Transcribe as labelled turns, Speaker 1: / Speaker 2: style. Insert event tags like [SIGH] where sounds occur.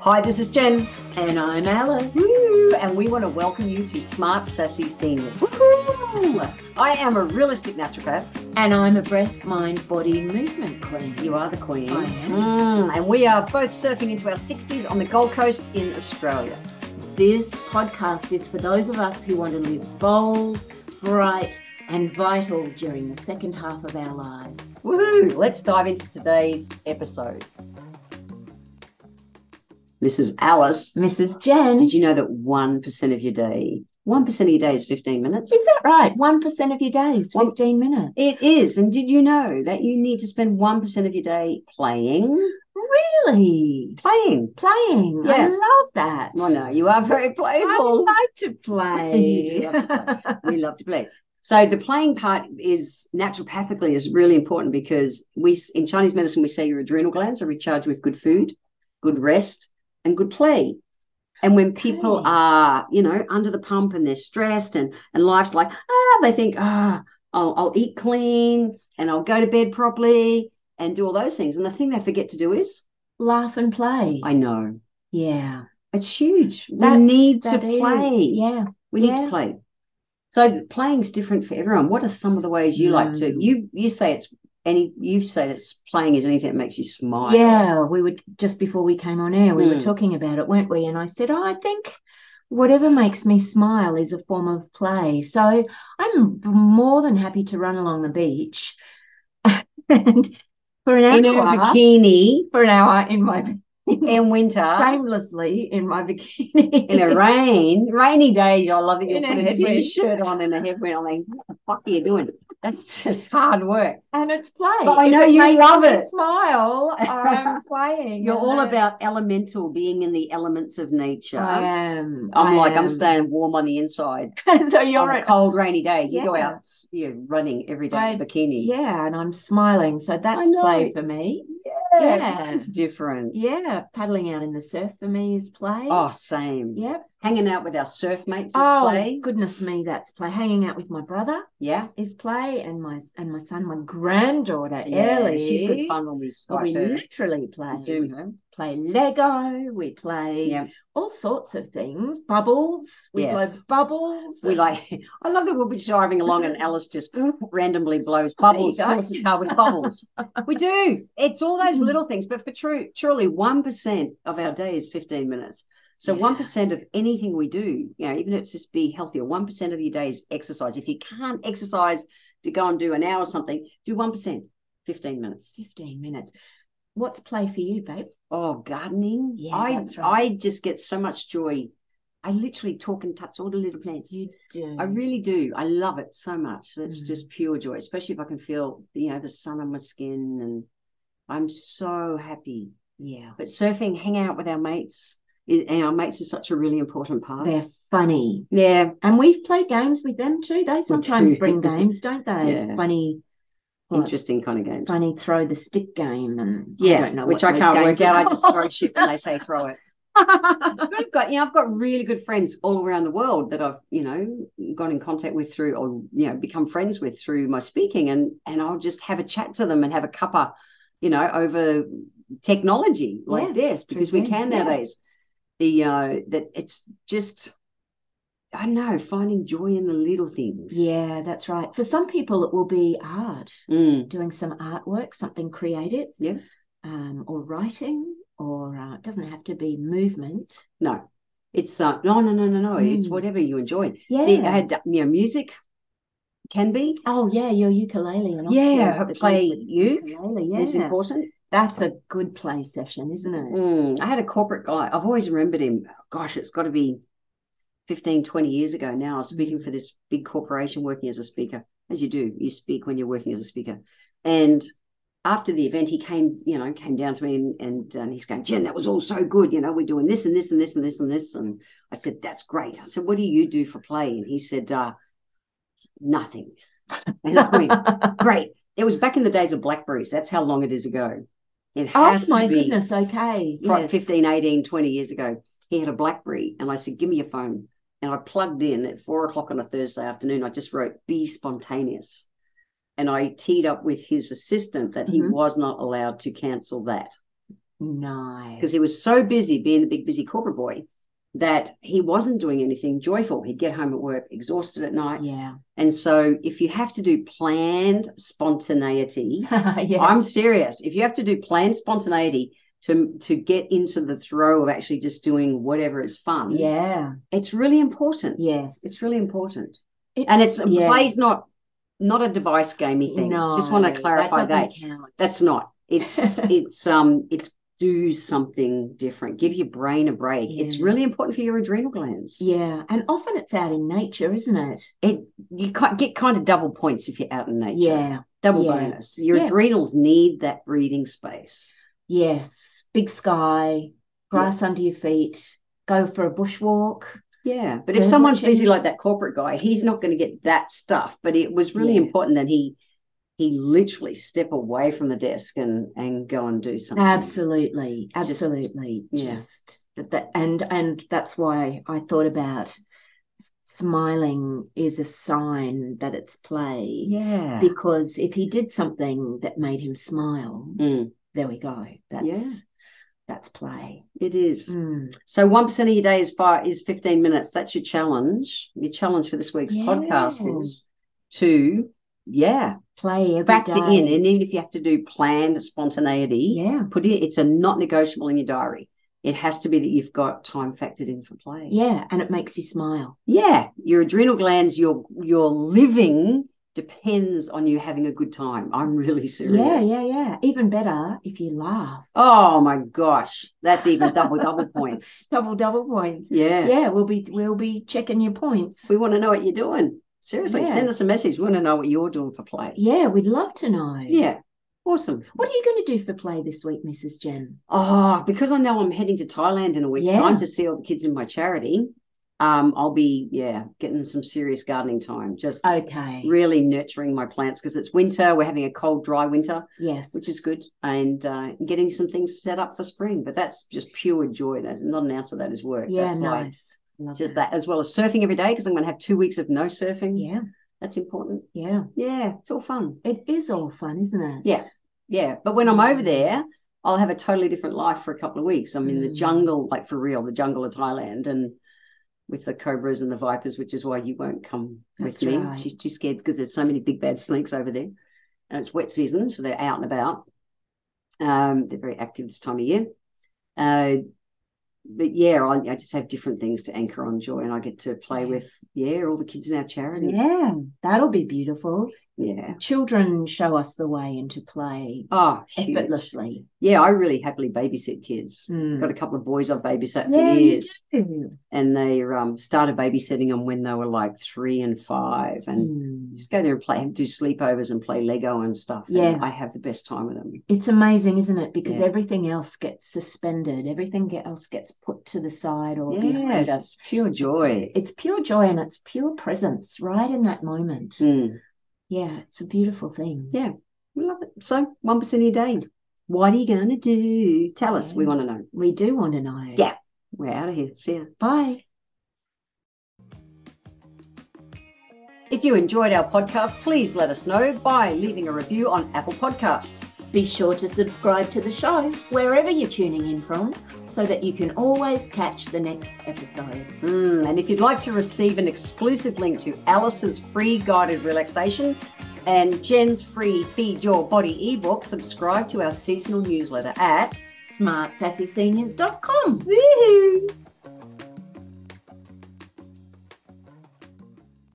Speaker 1: Hi, this is Jen. And I'm Alice. And we want to welcome you to Smart Sassy Seniors. I am a realistic naturopath.
Speaker 2: And I'm a breath, mind, body movement queen.
Speaker 1: You are the queen.
Speaker 2: I am.
Speaker 1: Mm, and we are both surfing into our 60s on the Gold Coast in Australia.
Speaker 2: This podcast is for those of us who want to live bold, bright, and vital during the second half of our lives.
Speaker 1: Woohoo! Let's dive into today's episode. Mrs. Alice,
Speaker 2: Mrs. Jen,
Speaker 1: did you know that 1% of your day, 1% of your day is 15 minutes?
Speaker 2: is that right? 1% of your day is 15 minutes.
Speaker 1: It is. And did you know that you need to spend 1% of your day playing?
Speaker 2: really
Speaker 1: Playing.
Speaker 2: playing. I
Speaker 1: Yeah.
Speaker 2: love that.
Speaker 1: Well, no, you are very playful.
Speaker 2: I like to play.
Speaker 1: [LAUGHS] You do love we love to play. So the playing part is naturopathically is really important because we in Chinese medicine we say your adrenal glands are recharged with good food, good rest, and good play. And when people
Speaker 2: Okay.
Speaker 1: are you know under the pump and they're stressed and and life's like ah they think ah I'll, I'll eat clean and I'll go to bed properly and do all those things and the thing they forget to do is
Speaker 2: Laugh and play.
Speaker 1: I know
Speaker 2: yeah.
Speaker 1: it's huge. We
Speaker 2: That's-
Speaker 1: need to
Speaker 2: that is-
Speaker 1: play.
Speaker 2: Yeah.
Speaker 1: We need to
Speaker 2: Yeah.
Speaker 1: play. So playing's different for everyone. What are some of the ways you like to
Speaker 2: Mm.
Speaker 1: you you say it's any you say that s- playing is anything that makes you smile.
Speaker 2: Yeah, we were just before we came on air, we were
Speaker 1: Mm.
Speaker 2: talking about it, weren't we? And I said, oh, I think whatever makes me smile is a form of play. So I'm more than happy to run along the beach [LAUGHS] and for
Speaker 1: In
Speaker 2: an
Speaker 1: a
Speaker 2: hour, [LAUGHS]
Speaker 1: bikini
Speaker 2: for an hour in my
Speaker 1: in winter
Speaker 2: shamelessly in my bikini.
Speaker 1: in
Speaker 2: [LAUGHS]
Speaker 1: a rain rainy days. I love that you
Speaker 2: In a
Speaker 1: put a
Speaker 2: headwind.
Speaker 1: t-shirt on and a headwind. I'm like, what the fuck are you doing? That's just hard work.
Speaker 2: and it's play.
Speaker 1: But I
Speaker 2: If
Speaker 1: know
Speaker 2: it
Speaker 1: you
Speaker 2: makes
Speaker 1: love
Speaker 2: me
Speaker 1: it. [LAUGHS]
Speaker 2: Smile, I'm playing.
Speaker 1: You're
Speaker 2: and
Speaker 1: all
Speaker 2: that-
Speaker 1: about elemental, being in the elements of nature.
Speaker 2: I am.
Speaker 1: I'm
Speaker 2: I
Speaker 1: like I'm
Speaker 2: am.
Speaker 1: staying warm on the inside.
Speaker 2: [LAUGHS] So you're
Speaker 1: on a
Speaker 2: at
Speaker 1: cold rainy day. You go
Speaker 2: Yeah.
Speaker 1: out, s- you're running every day in
Speaker 2: I-
Speaker 1: a bikini.
Speaker 2: Yeah, and I'm smiling, so that's
Speaker 1: know.
Speaker 2: play for me. Yeah.
Speaker 1: it's different.
Speaker 2: Yeah, paddling out in the surf for me is play.
Speaker 1: Oh, same.
Speaker 2: yep.
Speaker 1: Hanging out with our surf mates is
Speaker 2: Oh,
Speaker 1: play.
Speaker 2: goodness me, that's play. Hanging out with my brother
Speaker 1: Yeah.
Speaker 2: is play, and my and my son, my granddaughter
Speaker 1: Yeah,
Speaker 2: Ellie.
Speaker 1: she's good fun when we Skype
Speaker 2: We
Speaker 1: her,
Speaker 2: literally play.
Speaker 1: Zoom
Speaker 2: We
Speaker 1: her.
Speaker 2: play Lego. We play
Speaker 1: Yeah,
Speaker 2: all sorts of things. Bubbles. We
Speaker 1: Yes.
Speaker 2: blow bubbles.
Speaker 1: we like. [LAUGHS] I love that we'll be driving along and Alice just [LAUGHS] randomly blows bubbles
Speaker 2: go.
Speaker 1: across the car with bubbles. we do. It's all
Speaker 2: [LAUGHS]
Speaker 1: those
Speaker 2: Mhm.
Speaker 1: little things, but for true, truly, one percent of our day is fifteen minutes. So
Speaker 2: Yeah.
Speaker 1: one of anything we do, you know, even if it's just be healthier, one percent of your day is exercise. If you can't exercise to go and do an hour or something, do one percent, fifteen minutes.
Speaker 2: Fifteen minutes. What's play for you, babe?
Speaker 1: Oh, gardening.
Speaker 2: Yeah,
Speaker 1: I
Speaker 2: that's right.
Speaker 1: I just get so much joy. I literally talk and touch all the little plants.
Speaker 2: You do.
Speaker 1: I really do. I love it so much. It's
Speaker 2: Mm.
Speaker 1: just pure joy, especially if I can feel, you know, the sun on my skin and I'm so happy.
Speaker 2: yeah.
Speaker 1: But surfing, hang out with our mates, is, and our mates is such a really important part.
Speaker 2: They're funny.
Speaker 1: Yeah.
Speaker 2: And we've played games with them too. They sometimes
Speaker 1: do.
Speaker 2: bring games, don't they?
Speaker 1: Yeah.
Speaker 2: Funny, what,
Speaker 1: Interesting kind of games.
Speaker 2: funny throw the stick game, and
Speaker 1: Yeah,
Speaker 2: I don't know
Speaker 1: which
Speaker 2: what
Speaker 1: I
Speaker 2: those
Speaker 1: can't work
Speaker 2: games
Speaker 1: out.
Speaker 2: are
Speaker 1: I just throw
Speaker 2: called.
Speaker 1: shit when they say throw
Speaker 2: [LAUGHS]
Speaker 1: it. But I've got, you know, I've got really good friends all around the world that I've, you know, got in contact with through or, you know, become friends with through my speaking. And and I'll just have a chat to them and have a cuppa, you know, over technology like
Speaker 2: Yeah,
Speaker 1: this, because we
Speaker 2: Zoom,
Speaker 1: can
Speaker 2: yeah.
Speaker 1: nowadays. The uh that it's just I don't know, finding joy in the little things.
Speaker 2: yeah, that's right. For some people, it will be art,
Speaker 1: Mm.
Speaker 2: doing some artwork, something creative,
Speaker 1: Yeah.
Speaker 2: um, or writing, or uh, it doesn't have to be movement.
Speaker 1: No. It's uh no no no no no. It's
Speaker 2: Mm.
Speaker 1: whatever you enjoy.
Speaker 2: Yeah.
Speaker 1: The- I had you know, music can be.
Speaker 2: oh yeah, your ukulele and off to
Speaker 1: Yeah,
Speaker 2: the
Speaker 1: her
Speaker 2: gig
Speaker 1: play
Speaker 2: with
Speaker 1: uke
Speaker 2: ukulele.
Speaker 1: is
Speaker 2: Yeah,
Speaker 1: important.
Speaker 2: that's a good play session, isn't it?
Speaker 1: Mm, I had a corporate guy. I've always remembered him. Gosh, it's got to be 15, 20 years ago now. I was
Speaker 2: Mm.
Speaker 1: speaking for this big corporation working as a speaker, as you do. You speak when you're working as a speaker. And after the event, he came, you know, came down to me and, and, um, he's going, Jen, that was all so good. You know, we're doing this and this and this and this and this. And I said, that's great. I said, what do you do for play? And he said, uh, nothing. [LAUGHS] And I went, great. It was back in the days of Blackberries. That's how long it is ago. It
Speaker 2: Oh
Speaker 1: has
Speaker 2: my
Speaker 1: to be
Speaker 2: goodness, okay.
Speaker 1: like
Speaker 2: yes.
Speaker 1: 15, 18, 20 years ago, he had a Blackberry. And I said, Give me your phone. And I plugged in at four o'clock on a Thursday afternoon. I just wrote, Be spontaneous. And I teed up with his assistant that he
Speaker 2: Mhm.
Speaker 1: was not allowed to cancel that.
Speaker 2: No.
Speaker 1: because he was so busy being the big busy corporate boy that he wasn't doing anything joyful. He'd get home at work exhausted at night.
Speaker 2: Yeah.
Speaker 1: And so if you have to do planned spontaneity,
Speaker 2: [LAUGHS] yeah.
Speaker 1: I'm serious. If you have to do planned spontaneity to to get into the throw of actually just doing whatever is fun,
Speaker 2: Yeah.
Speaker 1: it's really important.
Speaker 2: Yes.
Speaker 1: It's really important.
Speaker 2: It-
Speaker 1: and it's
Speaker 2: yeah.
Speaker 1: plays not not a device gamey thing.
Speaker 2: No.
Speaker 1: Just want to clarify that.
Speaker 2: doesn't count.
Speaker 1: That's not.
Speaker 2: [LAUGHS]
Speaker 1: It's it's um it's do something different. Give your brain a break. It's
Speaker 2: Yeah.
Speaker 1: really important for your adrenal glands.
Speaker 2: Yeah, and often it's out in nature, isn't it?
Speaker 1: It you ca- get kind of double points if you're out in nature.
Speaker 2: Yeah.
Speaker 1: Double
Speaker 2: yeah.
Speaker 1: bonus. Your
Speaker 2: Yeah.
Speaker 1: adrenals need that breathing space.
Speaker 2: Yes. Big sky, grass under your feet. Go for a bushwalk.
Speaker 1: Yeah. But if
Speaker 2: Bird
Speaker 1: someone's
Speaker 2: watching.
Speaker 1: busy like that corporate guy, he's not going to get that stuff. But it was really
Speaker 2: Yeah.
Speaker 1: important that he he literally step away from the desk and and go and do something.
Speaker 2: Absolutely,
Speaker 1: Just-
Speaker 2: absolutely.
Speaker 1: yeah.
Speaker 2: Just that, and and that's why I thought about s- smiling is a sign that it's play.
Speaker 1: Yeah.
Speaker 2: Because if he did something that made him smile,
Speaker 1: Mm,
Speaker 2: there we go. That's that's play.
Speaker 1: it is.
Speaker 2: Mm.
Speaker 1: So one percent of your day is by is fifteen minutes. That's your challenge. Your challenge for this week's
Speaker 2: Yeah.
Speaker 1: podcast is to yeah
Speaker 2: Play every
Speaker 1: factor
Speaker 2: day.
Speaker 1: in, and even if you have to do planned spontaneity,
Speaker 2: Yeah.
Speaker 1: put it. It's a not negotiable in your diary. It has to be that you've got time factored in for play.
Speaker 2: Yeah, and it makes you smile.
Speaker 1: yeah. Your adrenal glands, your your living depends on you having a good time. I'm really serious.
Speaker 2: Yeah, yeah, yeah. Even better if you laugh.
Speaker 1: Oh my gosh, that's even double double points.
Speaker 2: Double double points.
Speaker 1: Yeah.
Speaker 2: [LAUGHS] Yeah, we'll be we'll be checking your points.
Speaker 1: We want to know what you're doing. Seriously,
Speaker 2: Yeah.
Speaker 1: send us a message. We want to know what you're doing for play.
Speaker 2: Yeah, we'd love to know.
Speaker 1: Yeah. Awesome.
Speaker 2: What are you going to do for play this week, Mrs. Jen?
Speaker 1: Oh, because I know I'm heading to Thailand in a week's
Speaker 2: Yeah.
Speaker 1: time to see all the kids in my charity, um, I'll be, yeah, getting some serious gardening time, just
Speaker 2: Okay.
Speaker 1: really nurturing my plants because it's winter. We're having a cold, dry winter,
Speaker 2: Yes.
Speaker 1: which is good, and uh, getting some things set up for spring. But that's just pure joy. That not an ounce of that is work.
Speaker 2: yeah,
Speaker 1: That's like
Speaker 2: nice. Love
Speaker 1: just that, as well as surfing every day because I'm going to have two weeks of no surfing.
Speaker 2: Yeah,
Speaker 1: That's important.
Speaker 2: yeah.
Speaker 1: Yeah, it's all fun.
Speaker 2: It is all fun, isn't it?
Speaker 1: Yeah. Yeah, but when I'm over
Speaker 2: Mm.
Speaker 1: there, I'll have a totally different life for a couple of weeks. I'm in the
Speaker 2: Mm.
Speaker 1: jungle, like for real, the jungle of Thailand, and with the cobras and the vipers, which is why you won't come
Speaker 2: That's
Speaker 1: with me.
Speaker 2: right.
Speaker 1: She's too scared because there's so many big bad snakes over there, and it's wet season, so they're out and about. Um, they're very active this time of year. Uh, but yeah, I, I just have different things to anchor on joy, and I get to play
Speaker 2: Yeah.
Speaker 1: with yeah all the kids in our charity.
Speaker 2: Yeah, that'll be beautiful.
Speaker 1: Yeah.
Speaker 2: Children show us the way into play
Speaker 1: Oh, huge.
Speaker 2: effortlessly.
Speaker 1: yeah, I really happily babysit kids.
Speaker 2: Mm.
Speaker 1: got a couple of boys I've babysat
Speaker 2: Yeah,
Speaker 1: for
Speaker 2: you
Speaker 1: years,
Speaker 2: do.
Speaker 1: and they um, started babysitting them when they were like three and five, and
Speaker 2: Mm.
Speaker 1: just go there and play and do sleepovers and play Lego and stuff. and
Speaker 2: Yeah.
Speaker 1: I have the best time with them.
Speaker 2: It's amazing, isn't it? Because
Speaker 1: Yeah.
Speaker 2: everything else gets suspended, everything ge- else gets put to the side or behind
Speaker 1: Yes,
Speaker 2: us.
Speaker 1: it's pure joy.
Speaker 2: It's pure joy and it's pure presence right in that moment.
Speaker 1: Mm,
Speaker 2: Yeah, it's a beautiful thing.
Speaker 1: Yeah. we love it. So one percent of your day. What are you going to do? Tell us. We
Speaker 2: Yeah.
Speaker 1: want to know.
Speaker 2: We do want to know.
Speaker 1: Yeah. We're out of here. See ya.
Speaker 2: Bye.
Speaker 1: If you enjoyed our podcast, please let us know by leaving a review on Apple Podcasts.
Speaker 2: Be sure to subscribe to the show wherever you're tuning in from so that you can always catch the next episode.
Speaker 1: Mm, and if you'd like to receive an exclusive link to Alice's free guided relaxation and Jen's free Feed Your Body ebook, subscribe to our seasonal newsletter at
Speaker 2: SmartSassySeniors.com.
Speaker 1: Woohoo!